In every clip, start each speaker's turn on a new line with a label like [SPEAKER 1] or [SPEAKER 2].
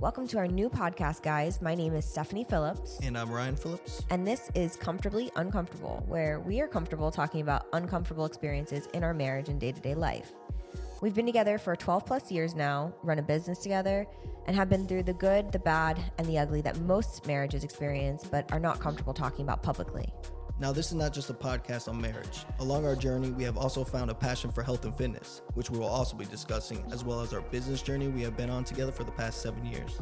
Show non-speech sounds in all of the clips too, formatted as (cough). [SPEAKER 1] Welcome to our new podcast, guys. My name is Stephanie Phillips,
[SPEAKER 2] And I'm Ryan Phillips.
[SPEAKER 1] and this is Comfortably Uncomfortable, where we are comfortable talking about uncomfortable experiences in our marriage and day to day life. We've been together for 12 plus years now, run a business together, and have been through the good, the bad, and the ugly that most marriages experience, but are not comfortable talking about publicly.
[SPEAKER 2] Now, this is not just a podcast on marriage. Along our journey, we have also found a passion for health and fitness, which we will also be discussing, as well as our business journey we have been on together for the past seven years.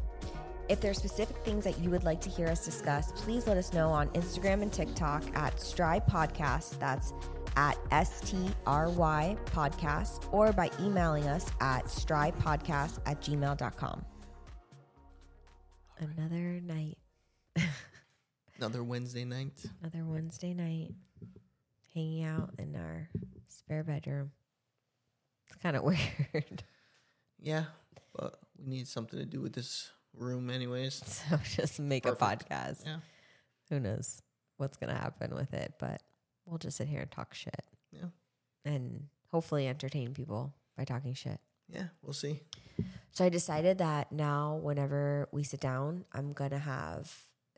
[SPEAKER 1] If there are specific things that you would like to hear us discuss, please let us know on Instagram and TikTok at Stry Podcast. That's at S T R Y Podcast, or by emailing us at strypodcast at gmail.com. Another night,
[SPEAKER 2] Another Wednesday night.
[SPEAKER 1] another Wednesday night, hanging out in our spare bedroom. It's kind of (laughs) weird.
[SPEAKER 2] Yeah, but we need something to do with this room, anyways.
[SPEAKER 1] (laughs) so just make a
[SPEAKER 2] Perfect.
[SPEAKER 1] podcast.
[SPEAKER 2] Yeah,
[SPEAKER 1] who knows what's going to happen with it, but we'll just sit here and talk shit.
[SPEAKER 2] Yeah.
[SPEAKER 1] And hopefully entertain people by talking shit.
[SPEAKER 2] yeah, we'll see.
[SPEAKER 1] So I decided that now, whenever we sit down, I'm going to have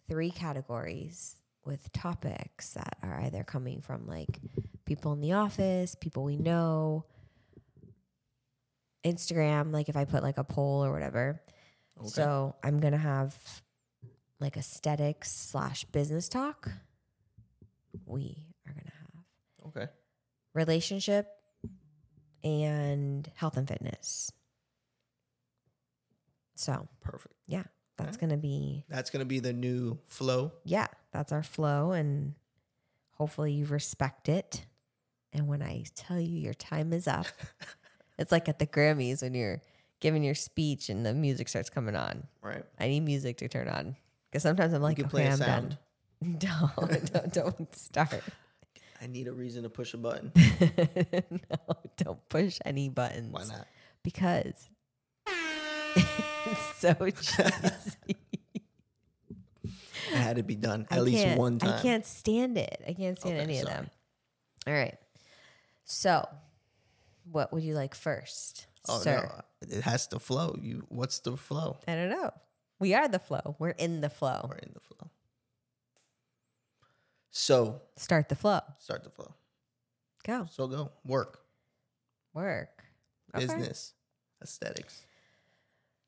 [SPEAKER 1] three categories with topics that are either coming from like people in the office, people we know, Instagram, like if I put like a poll or whatever.
[SPEAKER 2] Okay.
[SPEAKER 1] So I'm gonna have like aesthetics slash business talk. We are gonna have
[SPEAKER 2] okay.
[SPEAKER 1] relationship and health and fitness. So
[SPEAKER 2] Perfect.
[SPEAKER 1] that's
[SPEAKER 2] Okay.
[SPEAKER 1] gonna be
[SPEAKER 2] That's going to be the new flow.
[SPEAKER 1] yeah, that's our flow, and hopefully you respect it. And when I tell you your time is
[SPEAKER 2] (laughs)
[SPEAKER 1] up, it's like at the Grammys when you're giving your speech and the music starts coming on.
[SPEAKER 2] Right.
[SPEAKER 1] I need music to turn on because sometimes I'm like,
[SPEAKER 2] you can
[SPEAKER 1] okay,
[SPEAKER 2] play a
[SPEAKER 1] I'm (laughs)
[SPEAKER 2] sound.
[SPEAKER 1] done. Don't, don't, don't start. (laughs)
[SPEAKER 2] I need a reason to push a (laughs) button.
[SPEAKER 1] no, don't push any buttons.
[SPEAKER 2] Why not?
[SPEAKER 1] Because (laughs)
[SPEAKER 2] (laughs)
[SPEAKER 1] it's so cheesy.
[SPEAKER 2] It had to be done
[SPEAKER 1] I
[SPEAKER 2] at least
[SPEAKER 1] can't-
[SPEAKER 2] one time.
[SPEAKER 1] I can't stand it. I can't stand
[SPEAKER 2] Okay,
[SPEAKER 1] any
[SPEAKER 2] sorry.
[SPEAKER 1] of them. All right. So, what would you like first,
[SPEAKER 2] Oh
[SPEAKER 1] sir?
[SPEAKER 2] no, it has to flow. You, what's the flow?
[SPEAKER 1] I don't know. We are the flow. We're in the flow.
[SPEAKER 2] We're in the flow. So
[SPEAKER 1] Start the flow.
[SPEAKER 2] start the flow.
[SPEAKER 1] Go
[SPEAKER 2] So go work,
[SPEAKER 1] work. Okay.
[SPEAKER 2] business, aesthetics.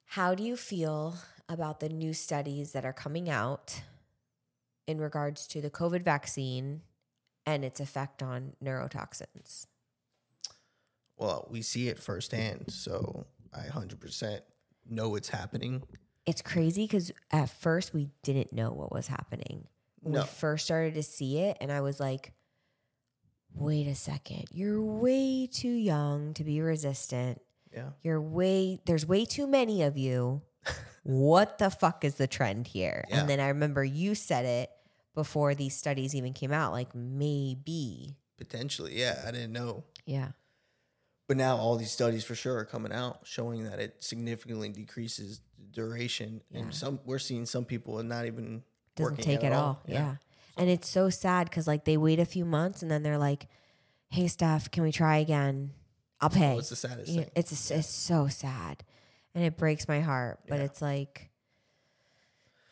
[SPEAKER 1] How do you feel about the new studies that are coming out in regards to the COVID vaccine and its effect on neurotoxins?
[SPEAKER 2] Well, we see it firsthand, so I hundred percent know it's happening.
[SPEAKER 1] It's crazy because at first we didn't know what was happening. When
[SPEAKER 2] No,
[SPEAKER 1] we first started to see it, and I was like, wait a second, you're way too young to be resistant.
[SPEAKER 2] yeah,
[SPEAKER 1] You're way, there's way too many of you. what the fuck is the trend here?
[SPEAKER 2] Yeah.
[SPEAKER 1] And then I remember you said it before these studies even came out, like maybe.
[SPEAKER 2] potentially. Yeah, I didn't know,
[SPEAKER 1] Yeah.
[SPEAKER 2] but now all these studies for sure are coming out showing that it significantly decreases the duration,
[SPEAKER 1] Yeah.
[SPEAKER 2] and some we're seeing some people are not even
[SPEAKER 1] Doesn't
[SPEAKER 2] working
[SPEAKER 1] take it
[SPEAKER 2] at
[SPEAKER 1] all. Yeah. And it's so sad because like they wait a few months and then they're like, hey, Steph, can we try again? I'll pay.
[SPEAKER 2] What's the saddest
[SPEAKER 1] Yeah,
[SPEAKER 2] thing?
[SPEAKER 1] it's s- it's so sad, and it breaks my heart. But
[SPEAKER 2] Yeah.
[SPEAKER 1] it's like,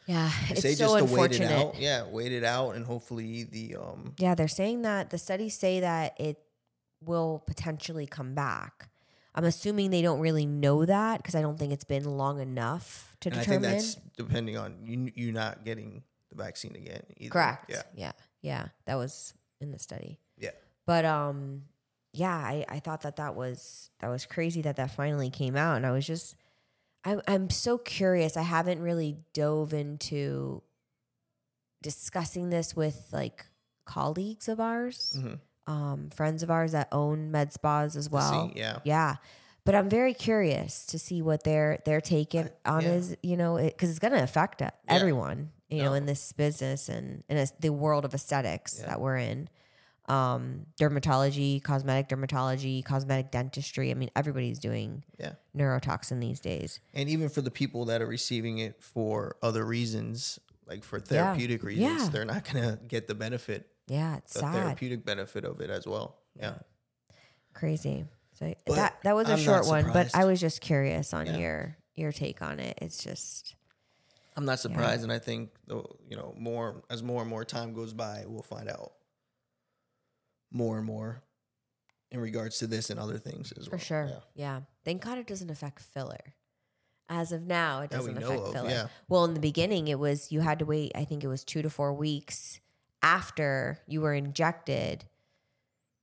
[SPEAKER 1] yeah,
[SPEAKER 2] They
[SPEAKER 1] it's
[SPEAKER 2] say
[SPEAKER 1] so
[SPEAKER 2] just to wait
[SPEAKER 1] unfortunate.
[SPEAKER 2] it out. Yeah, wait it out, and hopefully the um
[SPEAKER 1] Yeah, they're saying that the studies say that it will potentially come back. I'm assuming they don't really know that because I don't think it's been long enough to
[SPEAKER 2] And I think
[SPEAKER 1] determine.
[SPEAKER 2] that's depending on you you not getting the vaccine again. Either.
[SPEAKER 1] Correct.
[SPEAKER 2] Yeah.
[SPEAKER 1] Yeah. Yeah. That was in the study.
[SPEAKER 2] Yeah.
[SPEAKER 1] But um, yeah, I, I thought that that was that was crazy that that finally came out, and I was just, I, I'm so curious. I haven't really dove into discussing this with like colleagues of ours,
[SPEAKER 2] Mhm.
[SPEAKER 1] um, friends of ours that own med spas as
[SPEAKER 2] To see,
[SPEAKER 1] well.
[SPEAKER 2] yeah.
[SPEAKER 1] Yeah. But I'm very curious to see what their their take it on
[SPEAKER 2] yeah.
[SPEAKER 1] is, you know, because it's going to affect uh,
[SPEAKER 2] Yeah.
[SPEAKER 1] everyone, you know,
[SPEAKER 2] No.
[SPEAKER 1] in this business and in a, the world of aesthetics
[SPEAKER 2] Yeah.
[SPEAKER 1] that we're in. Um, dermatology, cosmetic dermatology, cosmetic dentistry. I mean, everybody's doing
[SPEAKER 2] Yeah.
[SPEAKER 1] neurotoxin these days.
[SPEAKER 2] And even for the people that are receiving it for other reasons, like for therapeutic reasons,
[SPEAKER 1] Yeah.
[SPEAKER 2] they're not gonna get the benefit,
[SPEAKER 1] Yeah, it's
[SPEAKER 2] the
[SPEAKER 1] sad,
[SPEAKER 2] therapeutic benefit of it as well. Yeah.
[SPEAKER 1] crazy. So
[SPEAKER 2] But
[SPEAKER 1] that that was a
[SPEAKER 2] I'm not
[SPEAKER 1] short one, but
[SPEAKER 2] surprised.
[SPEAKER 1] I was just curious on
[SPEAKER 2] Yeah.
[SPEAKER 1] your your take on it. It's just
[SPEAKER 2] I'm not surprised, and I think the you know more as more and more time goes by, we'll find out more and more in regards to this and other things as
[SPEAKER 1] for
[SPEAKER 2] well.
[SPEAKER 1] sure. Yeah.
[SPEAKER 2] Yeah.
[SPEAKER 1] Thank God it doesn't affect filler. As of now, it
[SPEAKER 2] That we
[SPEAKER 1] doesn't
[SPEAKER 2] know
[SPEAKER 1] affect
[SPEAKER 2] of,
[SPEAKER 1] filler.
[SPEAKER 2] yeah.
[SPEAKER 1] Well, in the beginning, it was you had to wait. I think it was two to four weeks after you were injected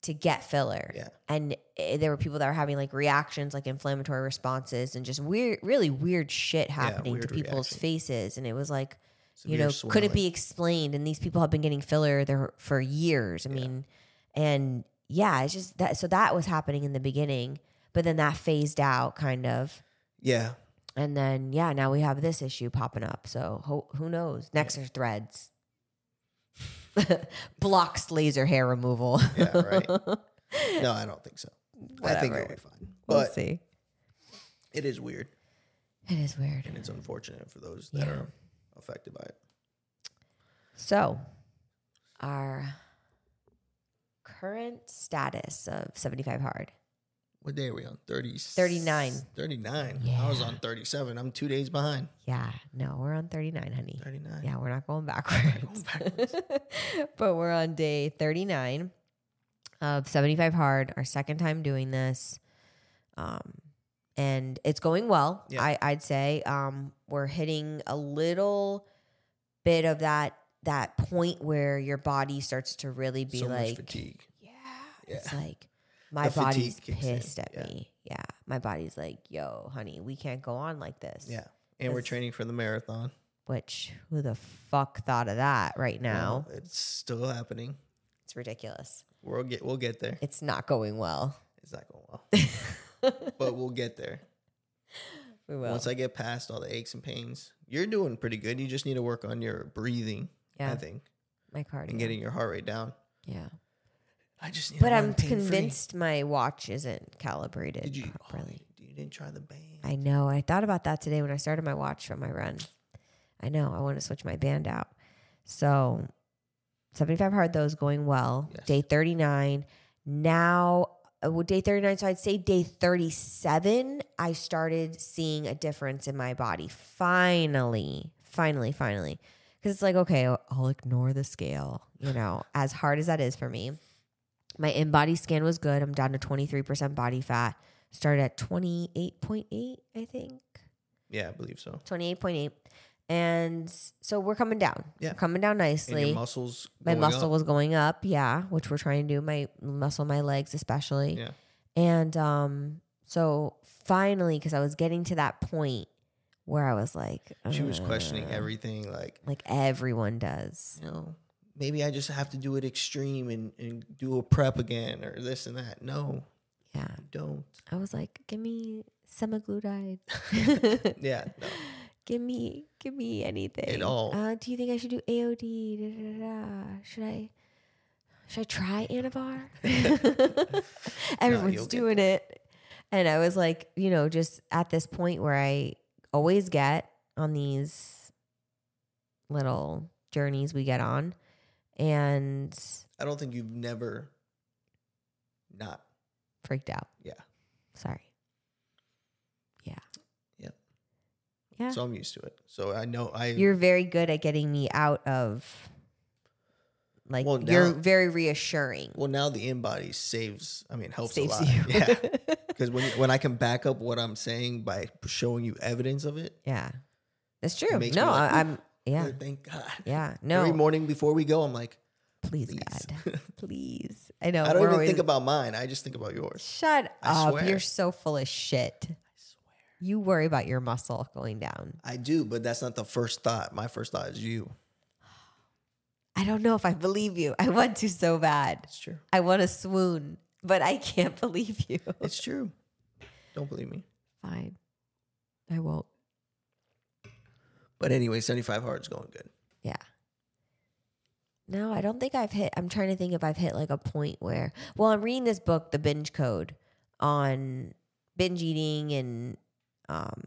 [SPEAKER 1] to get filler.
[SPEAKER 2] Yeah.
[SPEAKER 1] And eh, there were people that were having like reactions, like inflammatory responses, and just weird, really weird shit happening to
[SPEAKER 2] weird
[SPEAKER 1] people's
[SPEAKER 2] reaction.
[SPEAKER 1] faces. And it was like, you
[SPEAKER 2] Severe
[SPEAKER 1] know, could it
[SPEAKER 2] swelling.
[SPEAKER 1] be explained? And these people have been getting filler there for years. I mean, and yeah, it's just that. So that was happening in the beginning, but then that phased out kind of.
[SPEAKER 2] Yeah,
[SPEAKER 1] And then, yeah, now we have this issue popping up. So ho- who knows? Next are threads. (laughs) Blocks laser hair removal. (laughs)
[SPEAKER 2] Yeah, right. no, I don't think so. I think it'll
[SPEAKER 1] Whatever.
[SPEAKER 2] be fine,
[SPEAKER 1] we'll
[SPEAKER 2] but
[SPEAKER 1] see.
[SPEAKER 2] it is weird
[SPEAKER 1] It is weird.
[SPEAKER 2] and it's unfortunate for those that
[SPEAKER 1] Yeah.
[SPEAKER 2] are affected by it.
[SPEAKER 1] So, our current status of 75 hard.
[SPEAKER 2] What day are we on? 30,
[SPEAKER 1] 39.
[SPEAKER 2] 39. I was
[SPEAKER 1] Yeah.
[SPEAKER 2] on 37. I'm two days behind.
[SPEAKER 1] Yeah, no, we're on 39, honey.
[SPEAKER 2] 39.
[SPEAKER 1] Yeah, we're not going backwards. (laughs) but we're on day 39 of 75 Hard, our second time doing this. Um, and it's going well,
[SPEAKER 2] Yeah.
[SPEAKER 1] I, I'd say. Um, we're hitting a little bit of that that point where your body starts to really be
[SPEAKER 2] so much
[SPEAKER 1] like
[SPEAKER 2] fatigue.
[SPEAKER 1] yeah, It's
[SPEAKER 2] Yeah.
[SPEAKER 1] like my
[SPEAKER 2] fatigue
[SPEAKER 1] body's
[SPEAKER 2] kicks in,
[SPEAKER 1] pissed at
[SPEAKER 2] yeah.
[SPEAKER 1] me. Yeah. My body's like, yo, honey, we can't go on like this
[SPEAKER 2] Yeah. And we're
[SPEAKER 1] It's-
[SPEAKER 2] training for the marathon.
[SPEAKER 1] which who the fuck thought of that right now?
[SPEAKER 2] Well, it's still happening.
[SPEAKER 1] It's ridiculous.
[SPEAKER 2] We'll get we'll get there.
[SPEAKER 1] It's not going well. (laughs)
[SPEAKER 2] It's not going well,
[SPEAKER 1] we
[SPEAKER 2] but we'll get there.
[SPEAKER 1] (laughs) will.
[SPEAKER 2] Once I get past all the aches and pains, you're doing pretty good. You just need to work on your breathing,
[SPEAKER 1] yeah,
[SPEAKER 2] I think,
[SPEAKER 1] my cardio.
[SPEAKER 2] and getting your heart rate down.
[SPEAKER 1] yeah,
[SPEAKER 2] I just need. to
[SPEAKER 1] but I'm
[SPEAKER 2] run pain-free.
[SPEAKER 1] convinced my watch isn't calibrated
[SPEAKER 2] Did you? oh,
[SPEAKER 1] properly.
[SPEAKER 2] you didn't try the band.
[SPEAKER 1] I know. I thought about that today when I started my watch from my run. I know. I want to switch my band out. So, 75 hard though is going well.
[SPEAKER 2] Yes.
[SPEAKER 1] Day 39. Now, uh, well, day 39. So I'd say day 37, I started seeing a difference in my body. Finally, finally, finally. Because it's like, okay, I'll- I'll ignore the scale, you
[SPEAKER 2] (sighs)
[SPEAKER 1] know, as hard as that is for me. My in body scan was good. I'm down to 23% body fat. Started at 28.8, I think.
[SPEAKER 2] yeah, I believe so.
[SPEAKER 1] 28.8. And so we're coming down.
[SPEAKER 2] Yeah.
[SPEAKER 1] We're coming down
[SPEAKER 2] And
[SPEAKER 1] nicely.
[SPEAKER 2] your muscles.
[SPEAKER 1] my
[SPEAKER 2] going
[SPEAKER 1] muscle
[SPEAKER 2] up.
[SPEAKER 1] was going up, yeah, which we're trying to do. My muscle, my legs especially.
[SPEAKER 2] Yeah.
[SPEAKER 1] And um, so finally, because I was getting to that point where I was like,
[SPEAKER 2] She was questioning
[SPEAKER 1] "Uh,"
[SPEAKER 2] everything, like
[SPEAKER 1] Like everyone does.
[SPEAKER 2] you know, maybe I just have to do it extreme and, and do a prep again or this and that. No,
[SPEAKER 1] Yeah.
[SPEAKER 2] you don't.
[SPEAKER 1] I was like, give me
[SPEAKER 2] (laughs)
[SPEAKER 1] semaglutide. (laughs)
[SPEAKER 2] Yeah, no.
[SPEAKER 1] give me give me anything
[SPEAKER 2] all.
[SPEAKER 1] Uh, do you think I should do AOD? Da, da, da, da. Should I should I try
[SPEAKER 2] (laughs)
[SPEAKER 1] Anavar? Everyone's
[SPEAKER 2] you'll get
[SPEAKER 1] doing it, and I was like, you know, just at this point where I always get on these little journeys we get on, and
[SPEAKER 2] I don't think you've never not.
[SPEAKER 1] freaked out.
[SPEAKER 2] Yeah.
[SPEAKER 1] sorry. Yeah.
[SPEAKER 2] Yep.
[SPEAKER 1] Yeah.
[SPEAKER 2] So I'm used to it. So I know I.
[SPEAKER 1] you're very good at getting me out of like
[SPEAKER 2] Well,
[SPEAKER 1] you're
[SPEAKER 2] now-
[SPEAKER 1] very reassuring
[SPEAKER 2] well, now the in body saves. I mean, helps
[SPEAKER 1] saves
[SPEAKER 2] a lot.
[SPEAKER 1] you (laughs)
[SPEAKER 2] (laughs) Yeah, because when when I can back up what I'm saying by showing you evidence of it,
[SPEAKER 1] yeah that's true
[SPEAKER 2] makes me
[SPEAKER 1] no
[SPEAKER 2] like,
[SPEAKER 1] I, i'm yeah
[SPEAKER 2] thank God.
[SPEAKER 1] yeah
[SPEAKER 2] Every
[SPEAKER 1] no
[SPEAKER 2] morning before we go, I'm like,
[SPEAKER 1] please,
[SPEAKER 2] please.
[SPEAKER 1] god (laughs) please i know
[SPEAKER 2] (laughs) I don't
[SPEAKER 1] we're
[SPEAKER 2] even
[SPEAKER 1] always-
[SPEAKER 2] think about mine. I just think about yours.
[SPEAKER 1] shut
[SPEAKER 2] I
[SPEAKER 1] up
[SPEAKER 2] swear.
[SPEAKER 1] you're so full of shit
[SPEAKER 2] I swear.
[SPEAKER 1] you worry about your muscle going down
[SPEAKER 2] I do, but that's not the first thought. My first thought is you.
[SPEAKER 1] i don't know if i believe you i want to so bad
[SPEAKER 2] It's true.
[SPEAKER 1] i want to swoon but i can't (laughs) believe you
[SPEAKER 2] It's true. Don't believe me.
[SPEAKER 1] fine i won't
[SPEAKER 2] But anyway, 75 hard's going good.
[SPEAKER 1] Yeah. No, I don't think I've hit. I'm trying to think if I've hit like a point where. Well, I'm reading this book, The Binge Code, on binge eating and um,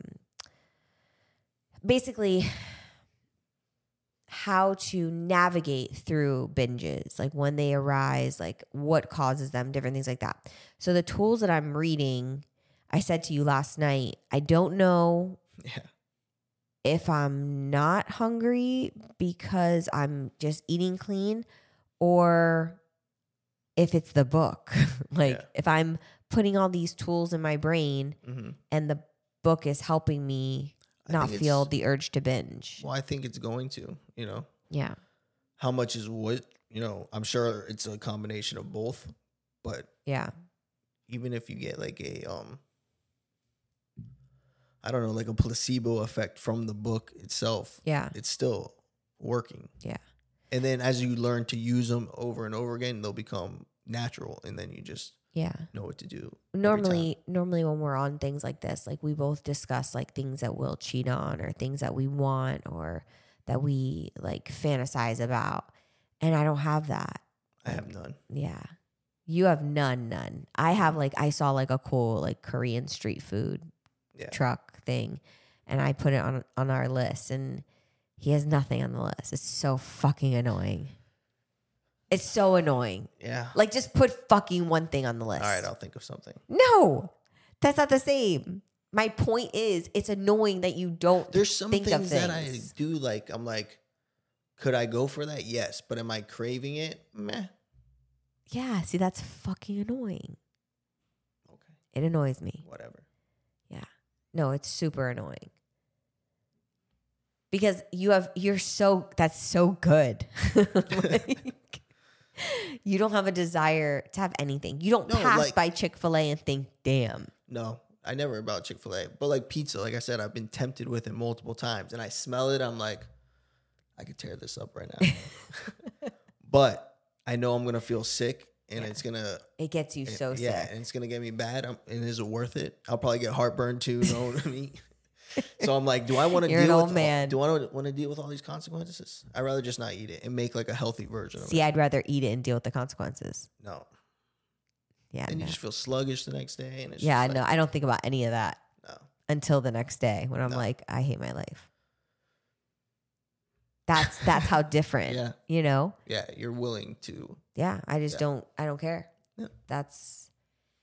[SPEAKER 1] basically how to navigate through binges, like when they arise, like what causes them, different things like that. So the tools that I'm reading, I said to you last night, I don't know
[SPEAKER 2] (laughs) Yeah.
[SPEAKER 1] if I'm not hungry because I'm just eating clean or if it's the book. (laughs) like
[SPEAKER 2] Yeah.
[SPEAKER 1] if I'm putting all these tools in my brain
[SPEAKER 2] Mm-hmm.
[SPEAKER 1] and the book is helping me not feel the urge to binge.
[SPEAKER 2] Well, I think it's going to. You know,
[SPEAKER 1] yeah.
[SPEAKER 2] how much is what? You know, I'm sure it's a combination of both. But
[SPEAKER 1] Yeah.
[SPEAKER 2] even if you get like a um, I don't know, like a placebo effect from the book itself,
[SPEAKER 1] Yeah.
[SPEAKER 2] it's still working.
[SPEAKER 1] Yeah.
[SPEAKER 2] And then as you learn to use them over and over again, they'll become natural, and then you just
[SPEAKER 1] Yeah.
[SPEAKER 2] know what to do. every time.
[SPEAKER 1] Normally normally when we're on things like this, like we both discuss like things that we'll cheat on or things that we want or that we like fantasize about. And I don't have that.
[SPEAKER 2] I have none.
[SPEAKER 1] Yeah. You have none, none. I have like I saw like a cool like Korean street food
[SPEAKER 2] Yeah.
[SPEAKER 1] truck thing and I put it on on our list and he has nothing on the list. It's so fucking annoying. It's so annoying.
[SPEAKER 2] Yeah.
[SPEAKER 1] Like just put fucking one thing on the list.
[SPEAKER 2] All right, I'll think of something.
[SPEAKER 1] no. That's not the same. My point is it's annoying that you don't
[SPEAKER 2] There's some
[SPEAKER 1] Think of
[SPEAKER 2] things that I
[SPEAKER 1] things.
[SPEAKER 2] do like. I'm like, could I go for that? Yes, but am I craving it? Meh.
[SPEAKER 1] Yeah, see that's fucking annoying.
[SPEAKER 2] Okay,
[SPEAKER 1] It annoys me.
[SPEAKER 2] whatever.
[SPEAKER 1] No, it's super annoying. Because you have you're so that's so good. (laughs) Like, you don't have a desire to have anything. You don't
[SPEAKER 2] No,
[SPEAKER 1] pass
[SPEAKER 2] like-
[SPEAKER 1] by Chick-fil-A and think, "Damn."
[SPEAKER 2] No, I never about Chick Fil A, but like pizza, like I said, I've been tempted with it multiple times, and I smell it. I'm like, I could tear this up right now,
[SPEAKER 1] (laughs)
[SPEAKER 2] but I know I'm gonna feel sick, and
[SPEAKER 1] Yeah.
[SPEAKER 2] it's gonna
[SPEAKER 1] It gets you so
[SPEAKER 2] Eh, yeah,
[SPEAKER 1] sick.
[SPEAKER 2] and it's gonna get me bad. i and is it worth it? I'll probably get heartburn too. You know what
[SPEAKER 1] (laughs)
[SPEAKER 2] I mean? So I'm like, do I want to
[SPEAKER 1] You're
[SPEAKER 2] deal
[SPEAKER 1] an old
[SPEAKER 2] with all-
[SPEAKER 1] man.
[SPEAKER 2] do I want to deal with all these consequences? I'd rather just not eat it and make like a healthy version of
[SPEAKER 1] See,
[SPEAKER 2] it.
[SPEAKER 1] I'd rather eat it and deal with the consequences.
[SPEAKER 2] No,
[SPEAKER 1] Yeah.
[SPEAKER 2] and
[SPEAKER 1] No.
[SPEAKER 2] you just feel sluggish the next day, and it's
[SPEAKER 1] Yeah,
[SPEAKER 2] just
[SPEAKER 1] no,
[SPEAKER 2] like,
[SPEAKER 1] I don't think about any of that
[SPEAKER 2] no.
[SPEAKER 1] until the next day when I'm
[SPEAKER 2] No.
[SPEAKER 1] like, I hate my
[SPEAKER 2] (laughs)
[SPEAKER 1] life. That's that's how different.
[SPEAKER 2] Yeah.
[SPEAKER 1] You know?
[SPEAKER 2] Yeah, you're willing to.
[SPEAKER 1] Yeah, I just
[SPEAKER 2] Yeah.
[SPEAKER 1] don't. I don't care.
[SPEAKER 2] Yeah.
[SPEAKER 1] That's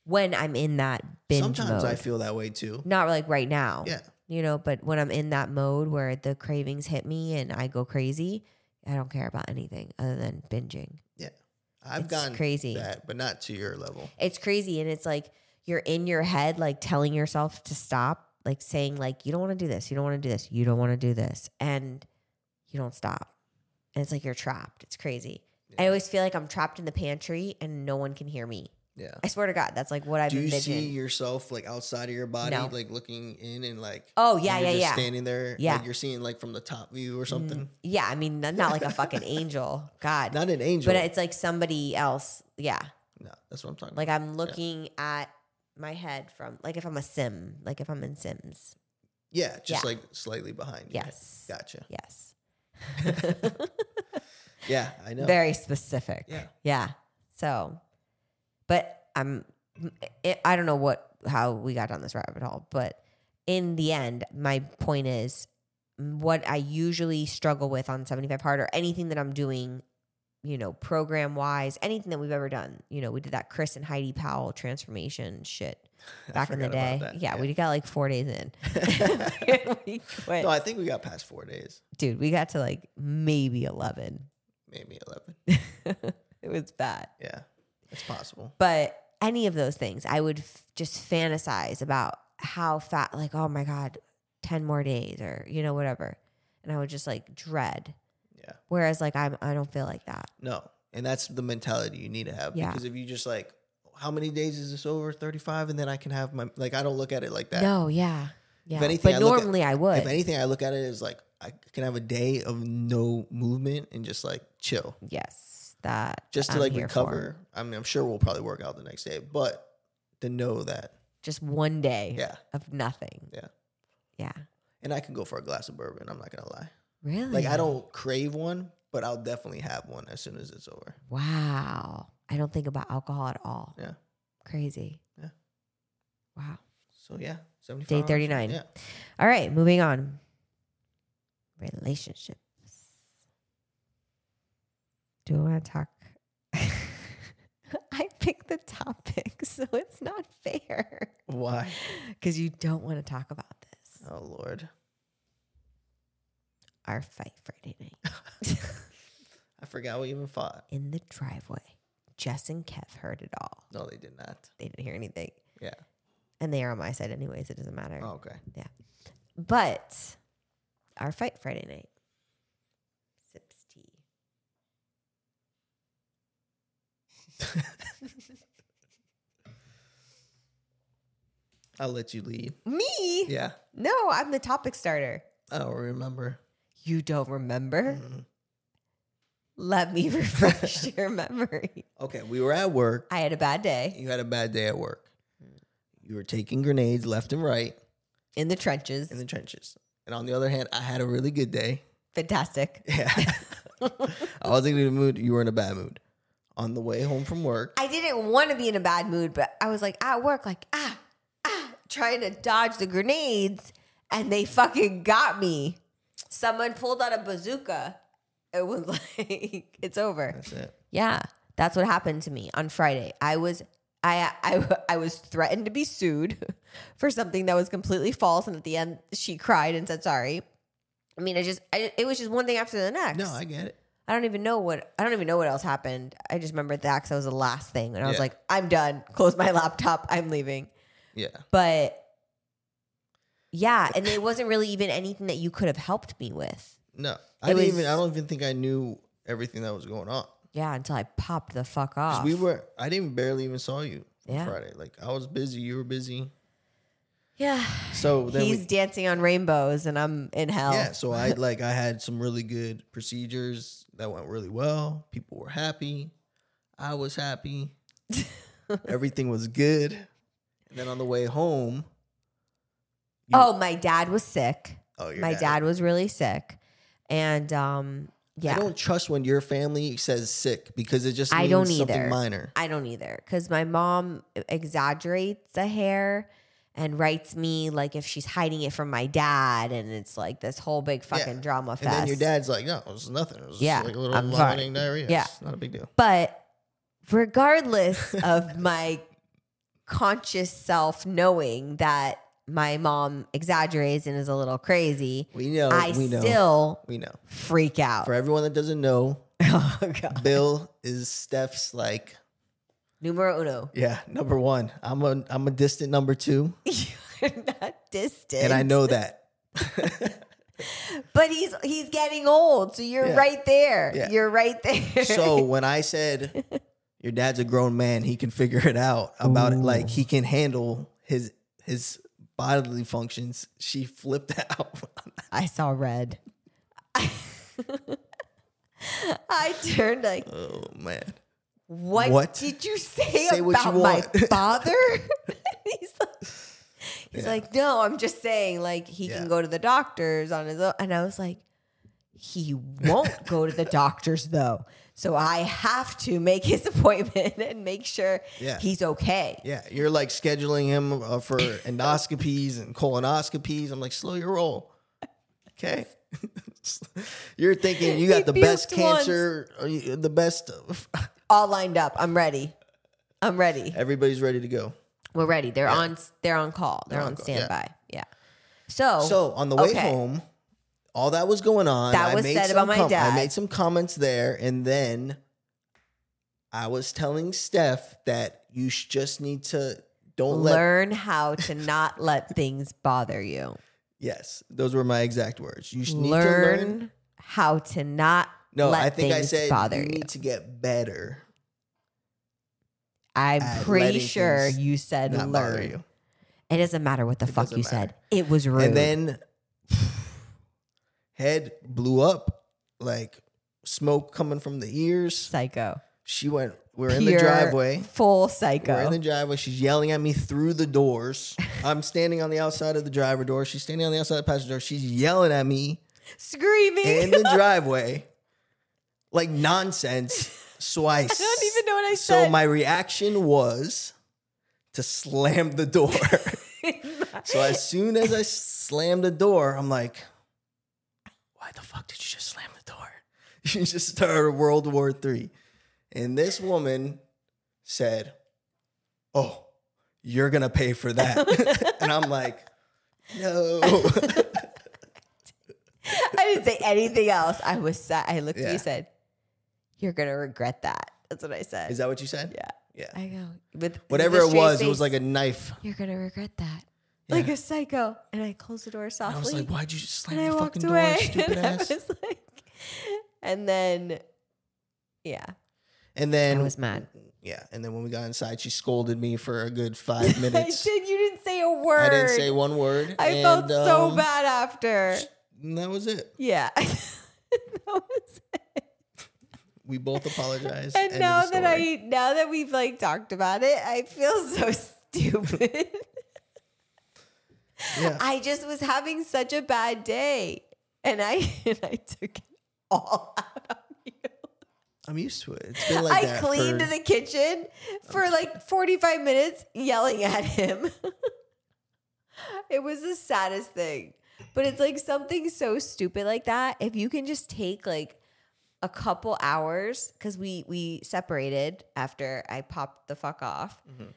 [SPEAKER 1] when I'm in that binge
[SPEAKER 2] Sometimes
[SPEAKER 1] mode.
[SPEAKER 2] I feel that way too.
[SPEAKER 1] Not like right now.
[SPEAKER 2] Yeah,
[SPEAKER 1] You know, but when I'm in that mode where the cravings hit me and I go crazy, I don't care about anything other than binging.
[SPEAKER 2] I've
[SPEAKER 1] It's
[SPEAKER 2] gotten
[SPEAKER 1] crazy.
[SPEAKER 2] that, but not to your level.
[SPEAKER 1] It's crazy, and it's like you're in your head, like telling yourself to stop, like saying, like you don't want to do this, you don't want to do this, you don't want to do this, and you don't stop, and it's like you're trapped. It's crazy. I
[SPEAKER 2] Yeah.
[SPEAKER 1] always feel like I'm trapped in the pantry and no one can hear me.
[SPEAKER 2] Yeah.
[SPEAKER 1] I swear to God, that's like what I've
[SPEAKER 2] Do you
[SPEAKER 1] envisioned.
[SPEAKER 2] see yourself like outside of your body,
[SPEAKER 1] No.
[SPEAKER 2] like looking in and like?
[SPEAKER 1] oh yeah,
[SPEAKER 2] you're
[SPEAKER 1] yeah,
[SPEAKER 2] just
[SPEAKER 1] yeah.
[SPEAKER 2] Standing there,
[SPEAKER 1] Yeah.
[SPEAKER 2] Like you're seeing like from the top view or something.
[SPEAKER 1] Mm, yeah, I mean, not, not like a
[SPEAKER 2] (laughs)
[SPEAKER 1] fucking angel, God,
[SPEAKER 2] Not an angel.
[SPEAKER 1] but it's like somebody else. Yeah,
[SPEAKER 2] no, that's what I'm talking
[SPEAKER 1] like I'm looking at my head from like if I'm a sim, like if I'm in Sims.
[SPEAKER 2] about. Yeah, just
[SPEAKER 1] yeah.
[SPEAKER 2] like slightly behind you.
[SPEAKER 1] Yes, (laughs)
[SPEAKER 2] Gotcha. (laughs)
[SPEAKER 1] yes. (laughs)
[SPEAKER 2] Yeah, I know.
[SPEAKER 1] Very specific.
[SPEAKER 2] Yeah.
[SPEAKER 1] yeah. So, but I'm. It, I don't know what how we got down this rabbit hole, but in the end, my point is what I usually struggle with on 75 hard or anything that I'm doing, you know, program wise, anything that we've ever done. You know, we did that Chris and Heidi Powell transformation shit
[SPEAKER 2] I
[SPEAKER 1] back in the
[SPEAKER 2] forgot
[SPEAKER 1] day.
[SPEAKER 2] about that.
[SPEAKER 1] Yeah, we got like four days in.
[SPEAKER 2] (laughs)
[SPEAKER 1] (laughs) we quit.
[SPEAKER 2] No, I think we got past four days,
[SPEAKER 1] Dude, we got to like maybe 11.
[SPEAKER 2] maybe eleven.
[SPEAKER 1] (laughs) it was bad.
[SPEAKER 2] Yeah, it's possible.
[SPEAKER 1] But any of those things, I would f- just fantasize about how fat, like, oh my God, 10 more days or, you know, whatever. And I would just like dread.
[SPEAKER 2] Yeah.
[SPEAKER 1] Whereas, like, I'm, I don't feel like that.
[SPEAKER 2] No, and that's the mentality you need to have
[SPEAKER 1] Yeah.
[SPEAKER 2] because if you just like, how many days is this over? Thirty-five, and then I can have my like. I don't look at it like that.
[SPEAKER 1] No, yeah. Yeah.
[SPEAKER 2] anything,
[SPEAKER 1] but
[SPEAKER 2] I look at-
[SPEAKER 1] normally I would.
[SPEAKER 2] If anything, I look at it as like I can have a day of no movement and just like chill,
[SPEAKER 1] yes. That.
[SPEAKER 2] just to
[SPEAKER 1] I'm
[SPEAKER 2] like
[SPEAKER 1] here for.
[SPEAKER 2] recover. I mean, I'm sure we'll probably work out the next day, but to know that,
[SPEAKER 1] Just one day
[SPEAKER 2] yeah,
[SPEAKER 1] of nothing.
[SPEAKER 2] Yeah.
[SPEAKER 1] Yeah.
[SPEAKER 2] and I can go for a glass of bourbon. I'm not gonna lie.
[SPEAKER 1] Really?
[SPEAKER 2] Like I don't crave one, but I'll definitely have one as soon as it's over.
[SPEAKER 1] Wow. I don't think about alcohol at all.
[SPEAKER 2] Yeah.
[SPEAKER 1] Crazy.
[SPEAKER 2] Yeah.
[SPEAKER 1] Wow.
[SPEAKER 2] So yeah, seventy
[SPEAKER 1] Day 39.
[SPEAKER 2] Yeah,
[SPEAKER 1] All right, moving on. Relationships. Do we want to talk? (laughs) I picked the topic, (laughs) so it's not fair
[SPEAKER 2] why?
[SPEAKER 1] because you don't want to talk about this.
[SPEAKER 2] Oh Lord,
[SPEAKER 1] Our fight Friday night
[SPEAKER 2] I forgot we even fought.
[SPEAKER 1] in the driveway. Jess and Kev heard it all.
[SPEAKER 2] No, they did not.
[SPEAKER 1] They didn't hear anything.
[SPEAKER 2] Yeah.
[SPEAKER 1] And they are on my side, anyways. It doesn't matter.
[SPEAKER 2] Oh, okay.
[SPEAKER 1] But our fight Friday night. Sips tea.
[SPEAKER 2] I'll let you lead.
[SPEAKER 1] Me?
[SPEAKER 2] Yeah.
[SPEAKER 1] No, I'm the topic starter.
[SPEAKER 2] I don't remember.
[SPEAKER 1] You don't remember?
[SPEAKER 2] Mm.
[SPEAKER 1] Let me (laughs) refresh your memory.
[SPEAKER 2] Okay, we were at work.
[SPEAKER 1] I had a bad day
[SPEAKER 2] You had a bad day at work.
[SPEAKER 1] Hmm.
[SPEAKER 2] You were taking grenades left and right
[SPEAKER 1] in the trenches.
[SPEAKER 2] in the trenches. And on the other hand, I had a really good day. (laughs)
[SPEAKER 1] Fantastic. (laughs)
[SPEAKER 2] Yeah. I was in a good mood. You were in a bad mood. On the way home from work,
[SPEAKER 1] I didn't want to be in a bad mood, but I was like at work, like, ah, ah, trying to dodge the grenades. And they fucking got me. Someone pulled out a bazooka. It was (laughs) like, it's over.
[SPEAKER 2] that's it.
[SPEAKER 1] Yeah, that's what happened to me on Friday. I was I I I was threatened to be sued (laughs) for something that was completely false, and at the end she cried and said sorry. I mean, I just I, it was just one thing after the next.
[SPEAKER 2] No, I get it.
[SPEAKER 1] I don't even know what I don't even know what else happened. I just remembered that because that was the last thing, and I was
[SPEAKER 2] Yeah.
[SPEAKER 1] like, I'm done. Close my laptop. I'm leaving.
[SPEAKER 2] Yeah.
[SPEAKER 1] But yeah, and it wasn't really even anything that you could have helped me with.
[SPEAKER 2] No, I
[SPEAKER 1] It
[SPEAKER 2] didn't
[SPEAKER 1] was-
[SPEAKER 2] even. I don't even think I knew everything that was going on.
[SPEAKER 1] Yeah, until I popped the fuck
[SPEAKER 2] (laughs) 'Cause
[SPEAKER 1] off.
[SPEAKER 2] We were. I didn't barely even saw you on
[SPEAKER 1] Yeah.
[SPEAKER 2] Friday. Like I was busy. You were busy.
[SPEAKER 1] yeah.
[SPEAKER 2] So then
[SPEAKER 1] He's
[SPEAKER 2] we,
[SPEAKER 1] dancing on rainbows, and I'm in hell.
[SPEAKER 2] yeah. So
[SPEAKER 1] (laughs)
[SPEAKER 2] I like I had some really good procedures that went really well. People were happy. I
[SPEAKER 1] (laughs)
[SPEAKER 2] was happy. Everything was good. And then on the way home, you-
[SPEAKER 1] Oh, my dad was sick.
[SPEAKER 2] oh, your
[SPEAKER 1] my dad. was really sick, and um, yeah,
[SPEAKER 2] I don't trust when your family says sick because it just
[SPEAKER 1] I
[SPEAKER 2] means
[SPEAKER 1] don't
[SPEAKER 2] something
[SPEAKER 1] either.
[SPEAKER 2] minor.
[SPEAKER 1] I don't either because my mom exaggerates a hair and writes me like if she's hiding it from my dad, and it's like this whole big fucking drama
[SPEAKER 2] And
[SPEAKER 1] fest.
[SPEAKER 2] then your dad's like, no, it's nothing. It was
[SPEAKER 1] Yeah,
[SPEAKER 2] just like a little
[SPEAKER 1] I'm fine.
[SPEAKER 2] vomiting diarrhea.
[SPEAKER 1] Yeah.
[SPEAKER 2] It's not a big deal.
[SPEAKER 1] But
[SPEAKER 2] (laughs)
[SPEAKER 1] regardless of my conscious self knowing that my mom exaggerates and is a little crazy,
[SPEAKER 2] We know.
[SPEAKER 1] I
[SPEAKER 2] Oh, we know.
[SPEAKER 1] still Oh.
[SPEAKER 2] we know.
[SPEAKER 1] freak out.
[SPEAKER 2] For everyone that doesn't know,
[SPEAKER 1] (laughs) oh god,
[SPEAKER 2] (laughs) Bill is Steph's like,
[SPEAKER 1] numero uno.
[SPEAKER 2] yeah, number one. I'm a I'm a distant number two,
[SPEAKER 1] You're not distant.
[SPEAKER 2] and I know that.
[SPEAKER 1] But he's he's getting old, so you're
[SPEAKER 2] Yeah.
[SPEAKER 1] right there.
[SPEAKER 2] Yeah.
[SPEAKER 1] You're right there.
[SPEAKER 2] so when I said your dad's a grown man, he can figure it out about it. Like he can handle his his bodily functions. She flipped (laughs) out.
[SPEAKER 1] (laughs) I saw red. (laughs) I turned like,
[SPEAKER 2] oh man.
[SPEAKER 1] what,
[SPEAKER 2] What?
[SPEAKER 1] did you say,
[SPEAKER 2] Say what you
[SPEAKER 1] about my
[SPEAKER 2] want." (laughs)
[SPEAKER 1] father? (laughs) he's like, he's
[SPEAKER 2] Yeah.
[SPEAKER 1] like, no, I'm just saying, like he
[SPEAKER 2] Yeah.
[SPEAKER 1] can go to the doctors on his own. And I was like, he won't go to the doctors though, so I have to make his (laughs) appointment and make sure
[SPEAKER 2] Yeah.
[SPEAKER 1] he's okay.
[SPEAKER 2] Yeah, you're like scheduling him uh, for endoscopies and colonoscopies. I'm like, slow your roll. Okay. (laughs) you're thinking you got
[SPEAKER 1] He
[SPEAKER 2] the best
[SPEAKER 1] puked once.
[SPEAKER 2] cancer, or you- the best.
[SPEAKER 1] all lined up. I'm ready. I'm ready.
[SPEAKER 2] Everybody's ready to go.
[SPEAKER 1] We're ready. They're on. They're on call. They're,
[SPEAKER 2] They're on
[SPEAKER 1] on,
[SPEAKER 2] call, yeah.
[SPEAKER 1] standby. Yeah. So.
[SPEAKER 2] So on the way
[SPEAKER 1] Oh, okay.
[SPEAKER 2] home, all that was going on.
[SPEAKER 1] That was said
[SPEAKER 2] some
[SPEAKER 1] about my
[SPEAKER 2] I
[SPEAKER 1] dad.
[SPEAKER 2] made some comments there, and then I was telling Steph that you sh- just need to don't let.
[SPEAKER 1] Learn how
[SPEAKER 2] (laughs)
[SPEAKER 1] to not let things bother you.
[SPEAKER 2] Yes, those were my exact words. You sh- need
[SPEAKER 1] Learn,
[SPEAKER 2] to learn
[SPEAKER 1] how to not
[SPEAKER 2] No,
[SPEAKER 1] let
[SPEAKER 2] I think I
[SPEAKER 1] things
[SPEAKER 2] said
[SPEAKER 1] bother
[SPEAKER 2] you
[SPEAKER 1] you.
[SPEAKER 2] need to get better.
[SPEAKER 1] I'm
[SPEAKER 2] at
[SPEAKER 1] pretty
[SPEAKER 2] letting
[SPEAKER 1] sure
[SPEAKER 2] things
[SPEAKER 1] you said
[SPEAKER 2] Not bother
[SPEAKER 1] learn.
[SPEAKER 2] you.
[SPEAKER 1] It doesn't matter what the fuck
[SPEAKER 2] doesn't
[SPEAKER 1] you
[SPEAKER 2] matter.
[SPEAKER 1] said. It was rude.
[SPEAKER 2] And then (sighs) head blew up like smoke coming from the ears.
[SPEAKER 1] psycho.
[SPEAKER 2] She went. We're in the
[SPEAKER 1] Pure,
[SPEAKER 2] driveway.
[SPEAKER 1] Full psycho.
[SPEAKER 2] We're in the driveway. She's yelling at me through the doors. (laughs) I'm standing on the outside of the driver door. She's standing on the outside of the passenger door. She's yelling at me
[SPEAKER 1] Screaming.
[SPEAKER 2] in the driveway, like nonsense.
[SPEAKER 1] (laughs)
[SPEAKER 2] Swice. I
[SPEAKER 1] don't even know what I
[SPEAKER 2] So
[SPEAKER 1] said.
[SPEAKER 2] my reaction was to slam the door.
[SPEAKER 1] (laughs)
[SPEAKER 2] so as soon as I slammed the door, I'm like, "Why the fuck did you just slam the door?" (laughs) You just started World War Three, and this woman (laughs) said, "Oh, you're gonna pay for that," and I'm like.
[SPEAKER 1] (laughs)
[SPEAKER 2] No.
[SPEAKER 1] (laughs) I didn't say anything else. I was sad. I looked at you
[SPEAKER 2] Yeah.
[SPEAKER 1] and said, You're going to regret that. That's what I said.
[SPEAKER 2] Is that what you said?
[SPEAKER 1] yeah.
[SPEAKER 2] Yeah.
[SPEAKER 1] I go, with
[SPEAKER 2] Whatever it was, it was like a knife.
[SPEAKER 1] You're going to regret that.
[SPEAKER 2] Yeah.
[SPEAKER 1] Like a psycho. And I closed the door
[SPEAKER 2] And I was
[SPEAKER 1] softly.
[SPEAKER 2] like, why'd you just slam
[SPEAKER 1] and I
[SPEAKER 2] the
[SPEAKER 1] walked
[SPEAKER 2] fucking door,
[SPEAKER 1] away. (laughs)
[SPEAKER 2] you stupid
[SPEAKER 1] and
[SPEAKER 2] ass?
[SPEAKER 1] I was like, and then, yeah,
[SPEAKER 2] And then
[SPEAKER 1] I was mad.
[SPEAKER 2] yeah, and then when we got inside, she scolded me for a good five minutes.
[SPEAKER 1] (laughs) (laughs) I did. You didn't say a word.
[SPEAKER 2] I didn't say one word.
[SPEAKER 1] I
[SPEAKER 2] and,
[SPEAKER 1] felt so
[SPEAKER 2] um,
[SPEAKER 1] bad after.
[SPEAKER 2] And that was it.
[SPEAKER 1] Yeah. (laughs) that was it.
[SPEAKER 2] We both apologized.
[SPEAKER 1] And
[SPEAKER 2] End of
[SPEAKER 1] now
[SPEAKER 2] the
[SPEAKER 1] that
[SPEAKER 2] story.
[SPEAKER 1] I now that we've like talked about it, I feel so (laughs) stupid.
[SPEAKER 2] yeah.
[SPEAKER 1] I just was having such a bad day, and I (laughs) and I took it all out on you.
[SPEAKER 2] I'm used to it. It's been like
[SPEAKER 1] I
[SPEAKER 2] that
[SPEAKER 1] cleaned
[SPEAKER 2] for,
[SPEAKER 1] the kitchen for like 45 minutes yelling at him. (laughs) it was the saddest thing. But it's like something so stupid like that. If you can just take like a couple hours, because we we separated after I popped the fuck off.
[SPEAKER 2] Mhm.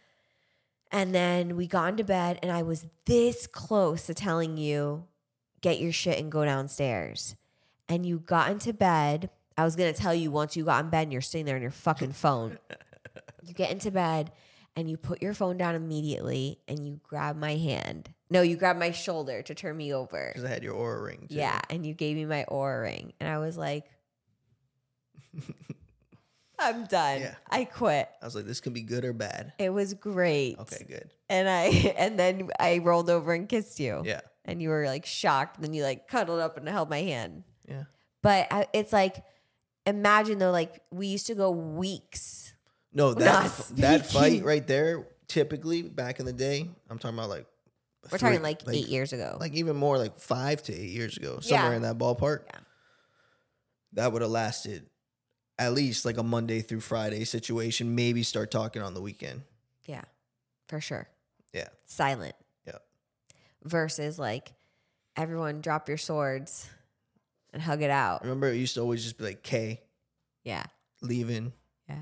[SPEAKER 1] And then we got into bed and I was this close to telling you, get your shit and go downstairs and you got into bed. I was gonna tell you once you got in bed and you're sitting there on your fucking phone. you get into bed and you put your phone down immediately and you grab my hand. No, you grab my shoulder to turn me over.
[SPEAKER 2] because I had your aura ring. Too.
[SPEAKER 1] Yeah, and you gave me my aura ring. And I was
[SPEAKER 2] (laughs)
[SPEAKER 1] like, I'm done.
[SPEAKER 2] Yeah.
[SPEAKER 1] I quit.
[SPEAKER 2] I was like, this can be good or bad.
[SPEAKER 1] It was great.
[SPEAKER 2] Okay, good.
[SPEAKER 1] And I (laughs) and then I rolled over and kissed you.
[SPEAKER 2] Yeah.
[SPEAKER 1] And you were like shocked. Then you like cuddled up and held my hand.
[SPEAKER 2] Yeah.
[SPEAKER 1] But I, it's like, imagine though, like we used to go weeks.
[SPEAKER 2] No,
[SPEAKER 1] We're
[SPEAKER 2] that
[SPEAKER 1] not
[SPEAKER 2] that fight
[SPEAKER 1] speaking.
[SPEAKER 2] right there, typically back in the day, I'm talking about like
[SPEAKER 1] We're
[SPEAKER 2] three-
[SPEAKER 1] talking like, eight years ago.
[SPEAKER 2] Like even more like five to eight years ago, somewhere
[SPEAKER 1] Yeah.
[SPEAKER 2] in that ballpark.
[SPEAKER 1] Yeah.
[SPEAKER 2] That would have lasted at least like a Monday through Friday situation, maybe start talking on the weekend.
[SPEAKER 1] yeah, for sure.
[SPEAKER 2] Yeah.
[SPEAKER 1] Silent.
[SPEAKER 2] Yeah.
[SPEAKER 1] Versus like, everyone drop your swords and hug it out.
[SPEAKER 2] Remember, it used to always just be like K
[SPEAKER 1] Yeah.
[SPEAKER 2] leaving. (laughs)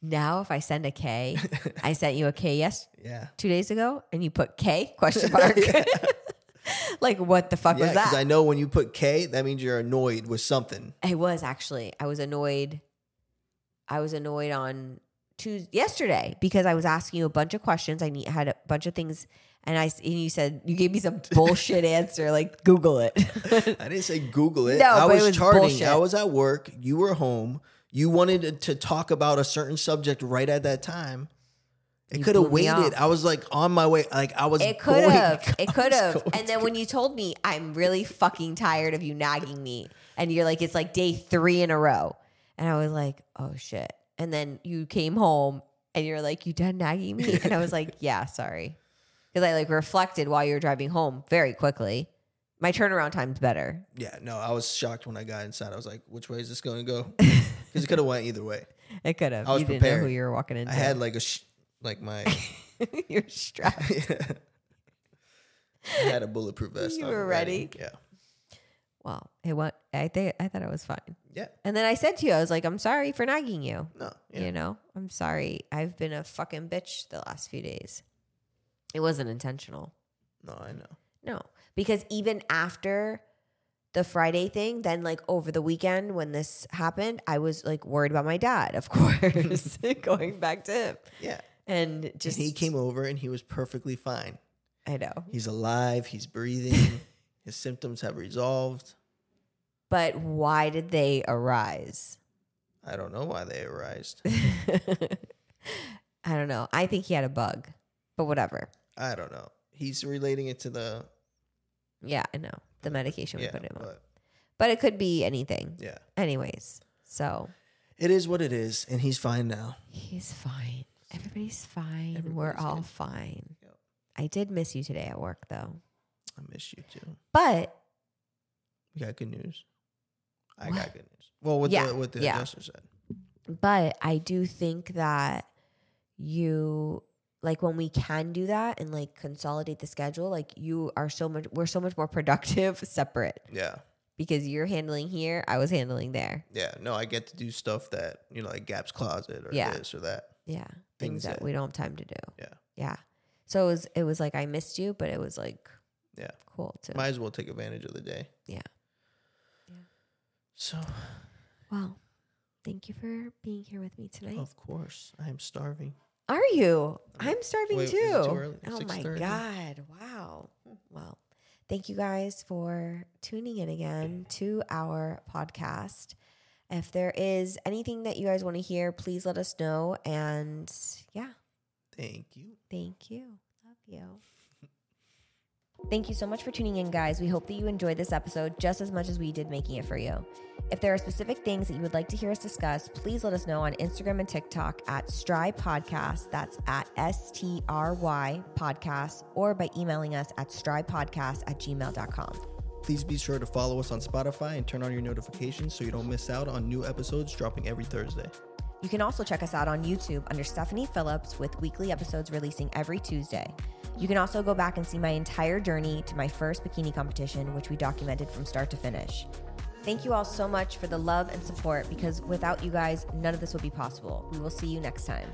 [SPEAKER 1] Now if I send a K,
[SPEAKER 2] (laughs)
[SPEAKER 1] I sent you a K yes
[SPEAKER 2] yeah.
[SPEAKER 1] two days ago, and you put
[SPEAKER 2] (laughs)
[SPEAKER 1] K question mark.
[SPEAKER 2] Yeah.
[SPEAKER 1] (laughs) like what the fuck
[SPEAKER 2] Yeah,
[SPEAKER 1] was
[SPEAKER 2] because
[SPEAKER 1] that?
[SPEAKER 2] I know when you put K, that means you're annoyed with something.
[SPEAKER 1] I was actually. I was annoyed. I was annoyed on Tuesday yesterday because I was asking you a bunch of questions. I need, had a bunch of things, and I s- and you said you gave me some bullshit answer like Google it.
[SPEAKER 2] I didn't say Google it.
[SPEAKER 1] No,
[SPEAKER 2] I
[SPEAKER 1] but it
[SPEAKER 2] was,
[SPEAKER 1] was
[SPEAKER 2] charting.
[SPEAKER 1] bullshit.
[SPEAKER 2] I was at work. You were home. You wanted to talk about a certain subject right at that time. It
[SPEAKER 1] You
[SPEAKER 2] could have
[SPEAKER 1] blew me
[SPEAKER 2] waited.
[SPEAKER 1] off.
[SPEAKER 2] I was like on my way. Like I was.
[SPEAKER 1] it
[SPEAKER 2] going-
[SPEAKER 1] could have. It
[SPEAKER 2] (laughs) I
[SPEAKER 1] could
[SPEAKER 2] was
[SPEAKER 1] have.
[SPEAKER 2] going
[SPEAKER 1] And then when you told me, I'm really fucking tired of you nagging me, and you're like, it's like day three in a row, and I was like, oh shit. And then you came home, and you're like, you done nagging me, and I was
[SPEAKER 2] (laughs)
[SPEAKER 1] like, yeah, sorry, because I like reflected while you were driving home very quickly. My turnaround time's better.
[SPEAKER 2] to- yeah, no, I was shocked when I got inside. I was like, "Which way is this going
[SPEAKER 1] (laughs)
[SPEAKER 2] to go?" Because it could have went either way.
[SPEAKER 1] It could have.
[SPEAKER 2] I was
[SPEAKER 1] you didn't know who
[SPEAKER 2] prepared.
[SPEAKER 1] you were walking into.
[SPEAKER 2] I had like a sh- like my
[SPEAKER 1] (laughs) you're strapped.
[SPEAKER 2] (laughs) I had a bulletproof vest.
[SPEAKER 1] You
[SPEAKER 2] on
[SPEAKER 1] were
[SPEAKER 2] Yeah,
[SPEAKER 1] Well, it went. I think I thought it was fine.
[SPEAKER 2] yeah.
[SPEAKER 1] And then I said to you, I was like, I'm sorry for nagging you.
[SPEAKER 2] No, yeah.
[SPEAKER 1] You know, I'm sorry. I've been a fucking bitch the last few days. It wasn't intentional.
[SPEAKER 2] no, I know.
[SPEAKER 1] No, because even after the Friday thing, then like over the weekend when this happened, I was like worried about my dad, of (laughs) course, going back to him.
[SPEAKER 2] Yeah,
[SPEAKER 1] And just
[SPEAKER 2] and he came over and he was perfectly fine.
[SPEAKER 1] I know.
[SPEAKER 2] He's alive.
[SPEAKER 1] (laughs)
[SPEAKER 2] He's breathing. His symptoms have resolved.
[SPEAKER 1] But why did they arise? (laughs)
[SPEAKER 2] I don't know why they arised.
[SPEAKER 1] I don't know. I think he had a bug, but whatever.
[SPEAKER 2] I don't know. He's relating it to the
[SPEAKER 1] Yeah, I know. The medication we
[SPEAKER 2] yeah,
[SPEAKER 1] put him on.
[SPEAKER 2] but,
[SPEAKER 1] But it could be anything.
[SPEAKER 2] yeah.
[SPEAKER 1] Anyways, so
[SPEAKER 2] It is what it is, and he's fine now.
[SPEAKER 1] he's fine. Everybody's fine. We're
[SPEAKER 2] Everybody's
[SPEAKER 1] all
[SPEAKER 2] good.
[SPEAKER 1] fine.
[SPEAKER 2] Yep.
[SPEAKER 1] I did miss you today at work though.
[SPEAKER 2] I miss you too.
[SPEAKER 1] But
[SPEAKER 2] We got good news. I
[SPEAKER 1] What?
[SPEAKER 2] got good news. Well, what
[SPEAKER 1] Yeah,
[SPEAKER 2] the what the
[SPEAKER 1] yeah.
[SPEAKER 2] adjuster said.
[SPEAKER 1] but I do think that you like when we can do that and like consolidate the schedule, like you are so much we're so much more (laughs) productive separate
[SPEAKER 2] Yeah,
[SPEAKER 1] because you're handling here, I was handling there.
[SPEAKER 2] yeah. No, I get to do stuff that you know, like Gap's closet or
[SPEAKER 1] Yeah.
[SPEAKER 2] this or that.
[SPEAKER 1] Yeah. Things
[SPEAKER 2] Things
[SPEAKER 1] that
[SPEAKER 2] that-
[SPEAKER 1] we don't have time to do.
[SPEAKER 2] Yeah.
[SPEAKER 1] Yeah. So it was it was like I missed you, but it was like
[SPEAKER 2] Yeah.
[SPEAKER 1] cool too.
[SPEAKER 2] Might as well take advantage of the day.
[SPEAKER 1] Yeah. Yeah.
[SPEAKER 2] So,
[SPEAKER 1] wow. Thank you for being here with me tonight.
[SPEAKER 2] of course, I am starving.
[SPEAKER 1] Are you? I'm starving
[SPEAKER 2] Wait, is
[SPEAKER 1] too.
[SPEAKER 2] it too early?
[SPEAKER 1] Oh my
[SPEAKER 2] 6:30?
[SPEAKER 1] god! Wow. Hmm, Well, thank you guys for tuning in again to our podcast. If there is anything that you guys want to hear, please let us know. And yeah,
[SPEAKER 2] Thank you.
[SPEAKER 1] Thank you. Love you. Thank you so much for tuning in, guys. We hope that you enjoyed this episode just as much as we did making it for you. If there are specific things that you would like to hear us discuss, please let us know on Instagram and TikTok at Stry Podcast. That's at S T R Y Podcast, or by emailing us at strypodcast at gmail.com.
[SPEAKER 2] Please be sure to follow us on Spotify and turn on your notifications so you don't miss out on new episodes dropping every Thursday.
[SPEAKER 1] You can also check us out on YouTube under Stephanie Phillips with weekly episodes releasing every Tuesday. You can also go back and see my entire journey to my first bikini competition, which we documented from start to finish. Thank you all so much for the love and support because without you guys, none of this would be possible. We will see you next time.